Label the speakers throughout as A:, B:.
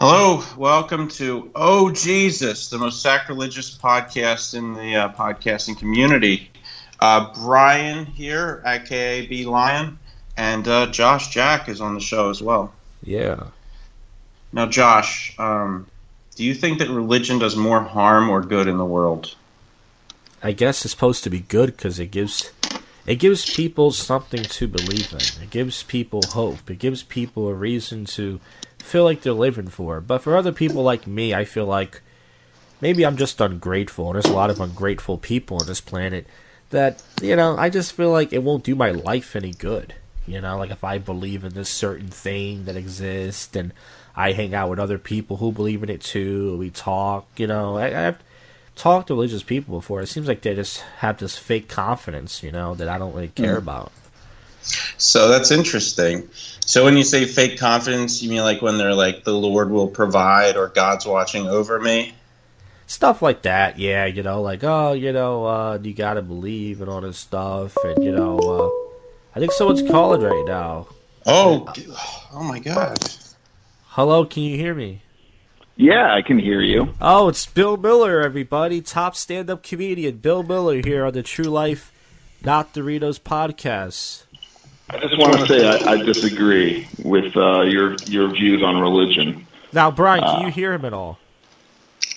A: Hello, welcome to Oh Jesus, the most sacrilegious podcast in the uh, podcasting community. Uh, Brian here, aka B Lion, and uh, Josh Jack is on the show as well.
B: Yeah.
A: Now, Josh, um, do you think that religion does more harm or good in the world?
B: I guess it's supposed to be good because it gives it gives people something to believe in. It gives people hope. It gives people a reason to feel like they're living for. But for other people like me, I feel like maybe I'm just ungrateful. And there's a lot of ungrateful people on this planet that you know I just feel like it won't do my life any good. You know, like if I believe in this certain thing that exists and I hang out with other people who believe in it too. We talk, you know. I, I've talked to religious people before. It seems like they just have this fake confidence, you know, that I don't really
C: Mm-hmm.
B: care about.
A: So that's interesting. So when you say fake confidence, you mean like when they're like, the Lord will provide or God's watching over me?
B: Stuff like that, yeah, you know, like oh, you know, uh, you gotta believe and all this stuff, and you know, uh, I think someone's calling right now.
A: Oh, d- oh my God.
B: Hello, can you hear me?
C: Yeah, I can hear you.
B: Oh, it's Bill Miller, everybody. Top stand up comedian Bill Miller here on the True Life Not Doritos podcast.
C: I just want to say I, I disagree with uh, your your views on religion.
B: Now, Brian, can
C: Uh.
B: you hear him at all?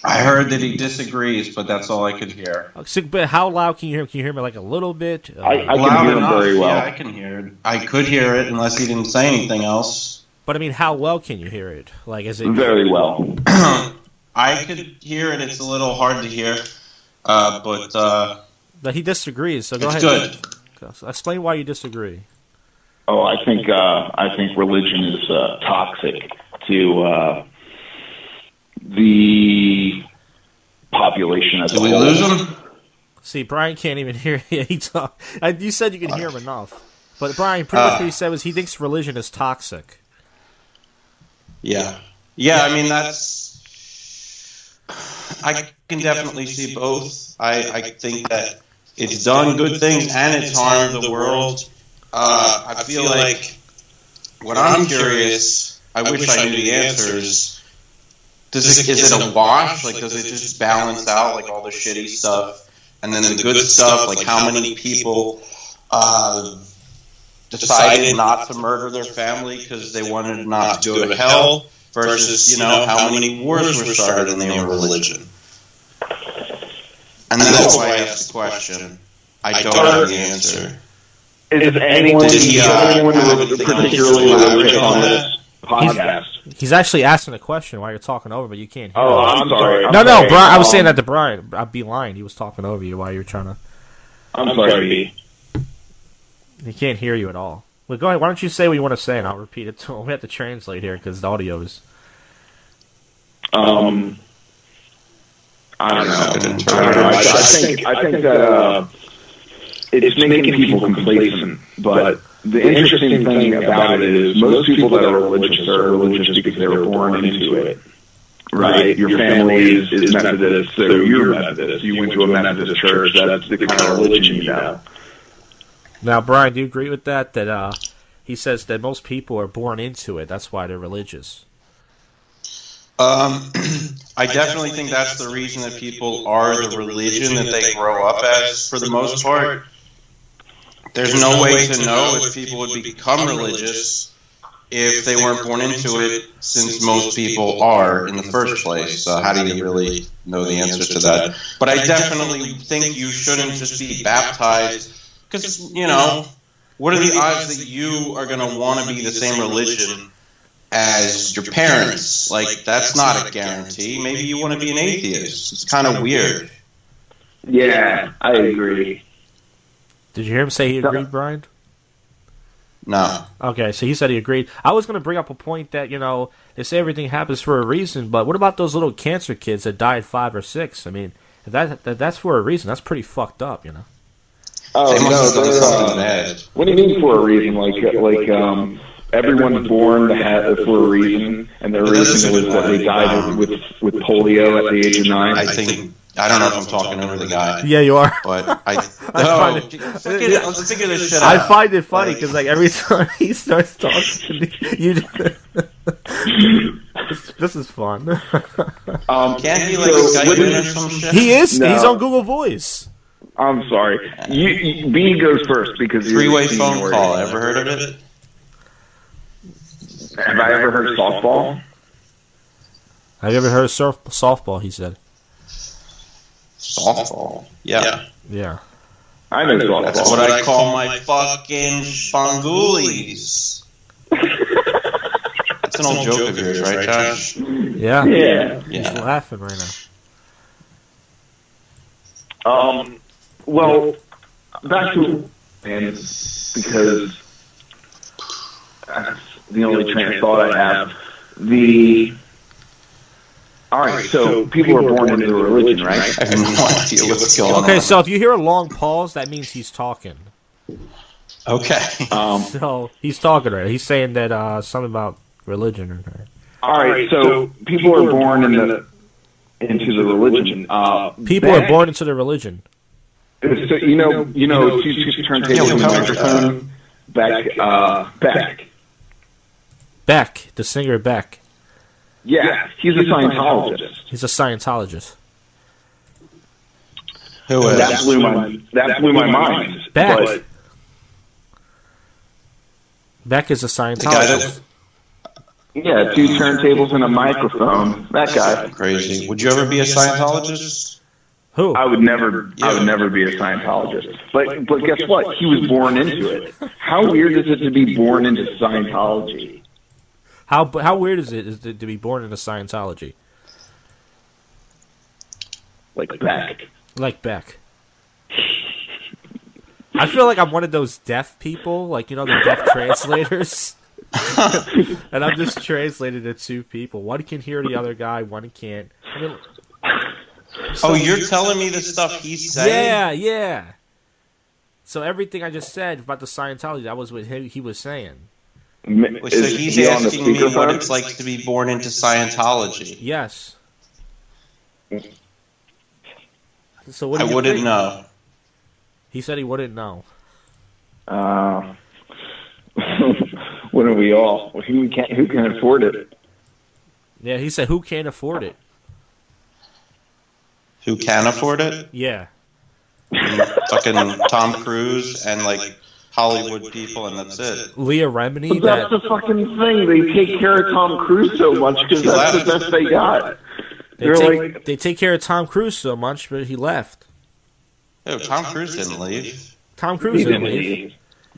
A: I heard that he disagrees, but that's all I could hear.
B: So, but how loud can you hear him? Can you hear me like a little bit? Uh,
C: I, I can
A: Loud
C: hear him
A: enough.
C: very well.
A: Yeah, I can hear it. I could hear it unless he didn't say anything else.
B: but I mean, how well can you hear it? Like, is it
C: Very well.
A: I could hear it. It's a little hard to hear, uh, but uh,
B: But he disagrees. So go
A: it's
B: ahead.
A: good.
B: Explain why you disagree.
C: Oh, I think uh, I think religion is uh, toxic to uh, the population as a
A: Did we
C: whole.
A: lose him?
B: See, Brian can't even hear. Yeah, he talk. I, you said you could hear him enough, but Brian, pretty
C: Uh.
B: much what he said was he thinks religion is toxic.
A: Yeah. Yeah, I mean, that's. I can definitely see both. I, I think that it's done good things and it's harmed the world. Uh, I feel like what I'm curious, I wish I knew the answers. Does it, is it a wash? Like, does it just balance out, like, all the shitty stuff? And then the good stuff, like, how many people uh, decided not to murder their family because they wanted to not to go to hell versus you know how many wars were started in the name of religion. And that's why I asked the question. I don't know the answer.
C: Is anyone,
A: Did he, uh,
C: anyone
A: have
C: re-
A: anything
C: particularly
A: else to
C: religious
A: elaborate on
C: on
A: that?
C: this podcast?
B: He's actually asking a question while you're talking over, but you can't hear.
C: Oh,
B: him.
C: I'm sorry. I'm
B: no, no,
C: sorry.
B: Brian. I was saying
C: Um,
B: that to Brian. I'd be lying. He was talking over you while you were trying to.
C: I'm sorry. B.
B: He can't hear you at all. Well, go ahead. Why don't you say what you want to say, and I'll repeat it to him. We have to translate here because the audio is.
C: Um, I don't know.
A: Good
C: I, don't know. I, I
A: interpretation.
C: think I think that uh, it's making people complacent. But the interesting thing about it is most people that are religious are religious because they were born into it. Right, your family is, is Methodist, so you're Methodist. You went to a Methodist church. That's the kind of religion you know.
B: Now, Brian, do you agree with that? That uh, he says that most people are born into it. That's why they're religious.
A: Um, I definitely think that's the reason that people are the religion that they grow up as, for the most part. There's no way to know if people would become religious if they weren't born into it, since most people are in the first place. So how do you really know the answer to that? But I definitely think you shouldn't just be baptized, because you know, what are the odds that you are going to want to be the same religion? as your parents. Like, that's not a guarantee. Maybe you want to be an atheist. It's kind of weird.
C: Yeah, I agree.
B: Did you hear him say he agreed, Brian?
A: No.
B: Okay, so he said he agreed. I was going to bring up a point that, you know, they say everything happens for a reason, but what about those little cancer kids that died five or six? I mean, if that, that that's for a reason. That's pretty fucked up, you know?
C: Oh
A: They must
C: no,
A: have done
C: they're,
A: something
C: uh,
A: bad.
C: What do you mean for a reason? Like like um, everyone's born to have for a reason, and their
A: But that's
C: reason
A: just
C: was that they
A: why,
C: died
A: um,
C: with with polio at the age of nine.
A: I think, I don't know if I'm talking over the guy,
B: Yeah, you are.
A: but I.
B: find
A: No.
B: it-
A: Let's figure- let's figure this shit out.
B: I find it funny because, like, every time he starts talking, you. This, this is fun.
C: Um,
A: Can't he like
C: so
A: Skype
C: with-
A: in or some shit?
D: He is.
C: No.
D: He's on Google Voice.
C: I'm sorry. You, you, B goes first because you're
A: Three-way
C: the
A: phone
C: senior.
A: call. Ever heard of it?
C: Have I ever heard of softball?
B: Have you ever heard of surf- softball? He said.
A: Softball. Yeah,
B: Yeah.
C: I know softball.
A: that's what I call my fucking spangulis. That's an old joke of yours, right, Josh?
B: Yeah.
C: yeah.
B: He's
A: Yeah.
B: laughing right now.
C: Um. Well, back to fans because that's the only train of thought I have. The all right. So people are born into a religion, right?
A: I have no idea what's going
B: Okay,
A: on.
B: so if you hear a long pause, that means he's talking.
A: Okay.
C: Um.
B: So he's talking right. He's saying that uh, something about religion or
C: All right. So people are born into into the religion. Uh,
B: people
C: that-
B: are born into their religion.
C: So you know, you know, two two turntables, and microphone, back, uh, back.
B: Beck, the singer Beck,
C: Yeah, he's a Scientologist.
B: he's a Scientologist.
A: Who is?
C: That blew my that blew my mind.
B: Back.
C: But
B: Beck is a
A: The guy that
B: Scientologist.
C: yeah, two turntables and a microphone. That guy.
A: crazy. Would you ever be a Scientologist?
B: Who?
C: I would never. I would never be a Scientologist. But but guess what? He was born into it. How weird is it to be born into Scientology?
B: How how weird is it is to, to be born into Scientology
C: Like back.
B: like Beck? I feel like I'm one of those deaf people, like you know the deaf translators, and I'm just translated to two people. One can hear the other guy, one can't. I mean,
A: Oh, you're telling me the stuff he's saying?
B: yeah, yeah. So everything I just said about the Scientology, that was what he, he was saying.
C: M-
A: Wait, So
C: Is
A: he's
C: he on the
A: asking me what
C: speakerphone?
A: it's like to be born into Scientology.
B: Yes. So what?
A: I
B: do you
A: wouldn't
B: think?
A: know.
B: He said he wouldn't know.
C: Uh, what are we all? Who can who can afford it?
B: Yeah, he said who can't afford it.
A: Who can afford it?
B: Yeah.
A: Fucking Tom Cruise and like Hollywood people, and that's it.
B: Leah Remini.
C: That's
B: That
C: the fucking thing. They take care of Tom Cruise so much because that's the best they got.
B: they
C: They're
B: take,
C: like,
B: they take care of Tom Cruise so much, but he left.
A: Yo, Oh, Tom Cruise didn't leave.
B: Tom
C: he
B: Cruise didn't
C: didn't
B: leave.
C: leave.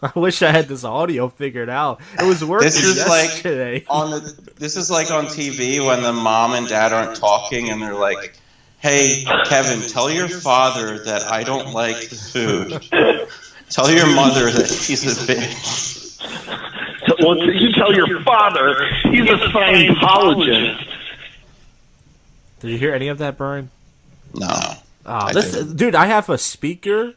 B: I wish I had this audio figured out. It was working
A: This is like-
B: yesterday.
A: On the, this is like on TV when the mom and dad aren't talking, and they're like, "Hey, Kevin, tell your father that I don't like the food. Tell your mother that he's a bitch."
C: So, well, you tell your father he's a Scientologist.
B: Did you hear any of that, Brian?
A: No.
B: Oh,
A: I
B: this,
A: didn't.
B: dude, I have a speaker,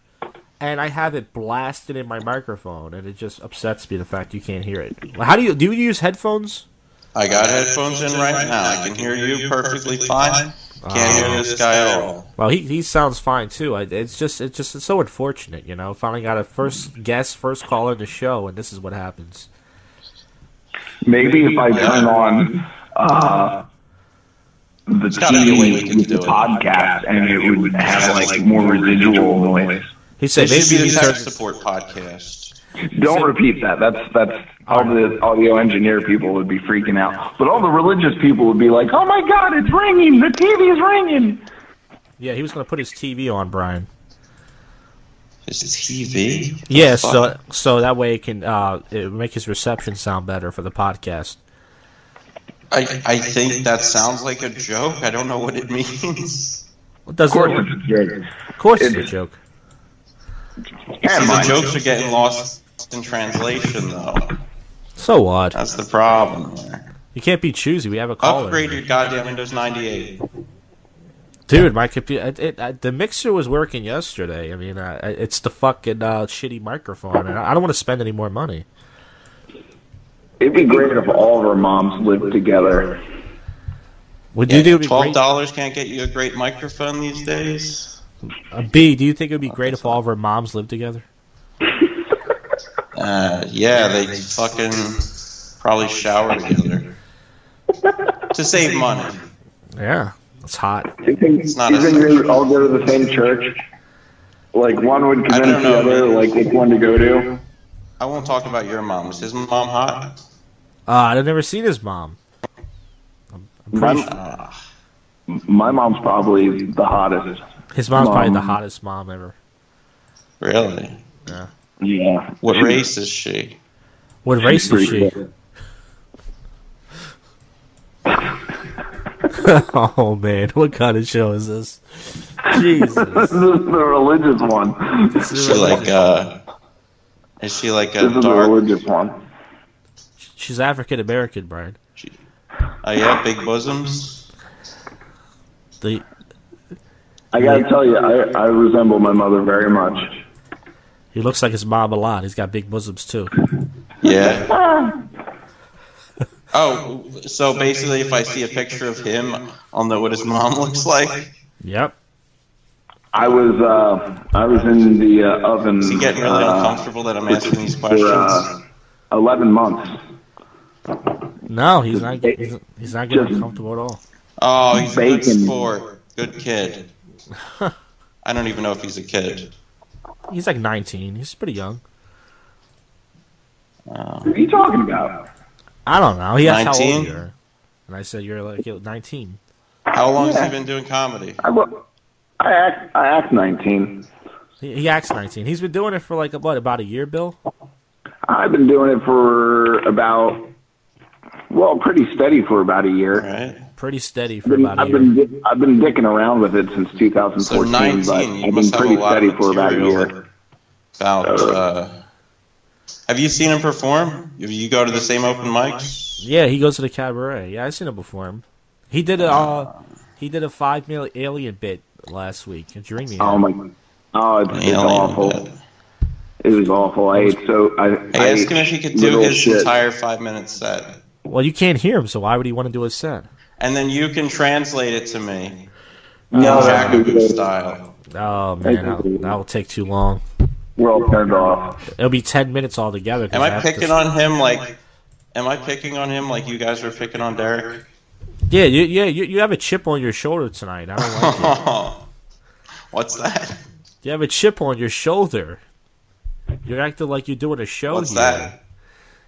B: and I have it blasted in my microphone, and it just upsets me the fact you can't hear it. How do you do? You use headphones?
A: I got headphones in right now. I can hear you perfectly fine. Can't hear this guy at all.
B: Well, he, he sounds fine too. I, it's just it's just it's so unfortunate, you know. Finally got a first guest, first caller in the show, and this is what happens.
C: Maybe if I turn on uh, the
A: gotta be a way we
C: TV
A: can
C: with the
A: do it.
C: podcast, and it would have like more residual noise.
B: He said,
A: It should
B: maybe
A: be the
B: he
A: tech
B: turns,
A: support podcast.
C: Don't repeat that. That's that's all the audio engineer people would be freaking out. But all the religious people would be like, "Oh my God, it's ringing! The TV's ringing!"
B: yeah, he was going to put his TV on, Brian.
A: Is it TV?
B: Yeah, so so that way it can uh it would make his reception sound better for the podcast.
A: I, I think that sounds like a joke. I don't know what it means.
B: Well, does
C: Of course,
B: it,
C: it's Jared.
B: of course it's a joke.
A: The
C: Never mind.
A: jokes are getting lost in translation, though.
B: So odd.
A: That's the problem. there.
B: You can't be choosy. We have a caller.
A: Upgrade your goddamn Windows 98.
B: Dude, my computer, it, it, I, the mixer was working yesterday. I mean, uh, it's the fucking uh, shitty microphone, and I, I don't want to spend any more money.
C: It'd be great if all of our moms lived together.
B: Would you do it'd be
A: Twelve
B: great,
A: dollars can't get you a great microphone these days.
B: uh, B? Do you think it would be great if all of our moms lived together?
A: Uh, yeah, they fucking probably shower together to save money.
B: Yeah, it's hot.
C: Do you think
A: It's not
C: even
A: a-
C: they all go to the same church? Like one would
A: I don't
C: convince
A: know,
C: the other,
A: man.
C: like which one to go to.
A: I won't talk about your mom. Was his mom hot?
B: Uh, I've never seen his mom. I'm, I'm pretty sure.
C: My, my mom's probably the hottest.
B: His mom's probably the
C: mom-
B: hottest mom ever.
A: Really?
C: Yeah.
A: What
C: She-
A: race is she?
B: What race is she? oh man, what kind of show is this? Jesus.
C: This is the religious one. This
A: Is she like uh is she like a
C: is the
A: dark
C: religious one.
B: She's African American, Brian.
A: oh yeah, big bosoms?
B: The
C: I gotta tell you, I, I resemble my mother very much.
B: he looks like his mom a lot. He's got big bosoms too.
A: Yeah. Oh, so basically if I see a picture of him, I'll know what his mom looks like.
B: Yep.
C: I was uh, I was in the uh, oven.
A: Is he getting really
C: uh,
A: uncomfortable that I'm asking these
C: for uh,
A: questions?
C: eleven months.
B: No, he's not. He's, he's not getting comfortable at all.
A: Oh, he's a good
C: bacon.
A: sport. Good kid. I don't even know if he's a kid.
B: He's like 19. He's pretty young.
C: What are you talking about?
B: I don't know. He asked how old
A: 19?
B: you are, and I said you're like 19.
A: How long has
C: Yeah.
A: he been doing comedy?
C: I look. I act. I act nineteen.
B: He, he acts 19. He's been doing it for like what about a year, Bill?
C: I've been doing it for about well, pretty steady for about a year.
A: Right?
B: Pretty steady for about a
C: I've
B: year.
C: been di- I've been dicking around with it since 2014,
A: So
C: but
A: 19, you
C: I've been
A: must have a
C: pretty
A: lot
C: steady
A: of
C: for about a
A: material
C: year.
A: about, uh, have you seen him perform? If you go to the same open mics?
B: Yeah, he goes to the cabaret. Yeah, I've seen him before him. He did a uh, he did a five mil alien bit last week. It dreamed me.
C: Oh my! Oh, it's, it's
A: Alien
C: awful.
A: bit.
C: It was awful. I ate so I. I
A: Hey, ask
C: ate
A: him if he could do
C: little
A: his
C: shit.
A: entire five minute set.
B: Well, you can't hear him, so why would he want to do his set?
A: And then you can translate it to me.
C: No,
A: in
C: that's
A: Zagaboo
C: good.
A: style.
B: Oh man, I'll- that will take too long.
C: We're all turned off.
B: It'll be ten minutes altogether. 'cause
A: Am I
B: have to-
A: picking on him like. Am I picking on him like you guys were picking on Derek?
B: Yeah, you, yeah, you, you have a chip on your shoulder tonight. I don't like it.
A: What's that?
B: You have a chip on your shoulder. You're acting like you're doing a show
A: What's
B: here.
A: that?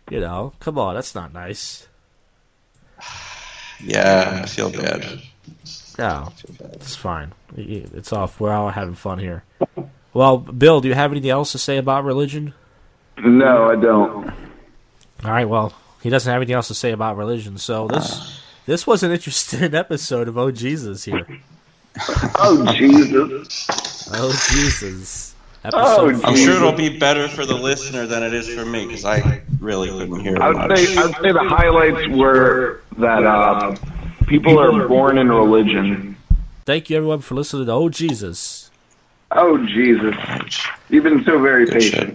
B: You know, come on, that's not nice.
A: Yeah, I feel bad.
B: No, it's fine. It's off. We're all having fun here. Well, Bill, do you have anything else to say about religion?
C: No, I don't.
B: All right. Well, he doesn't have anything else to say about religion, so this this was an interesting episode of Oh Jesus here.
C: Oh Jesus!
B: Oh Jesus.
C: Oh,
B: Episode.
A: I'm
C: Jesus.
A: sure it'll be better for the listener than it is for me because I really couldn't hear
C: I
A: much.
C: would say I would say the highlights were that uh, people are born in religion.
B: Thank you everyone for listening to Oh Jesus.
C: Oh Jesus! You've been so very
A: Good shit.
C: patient.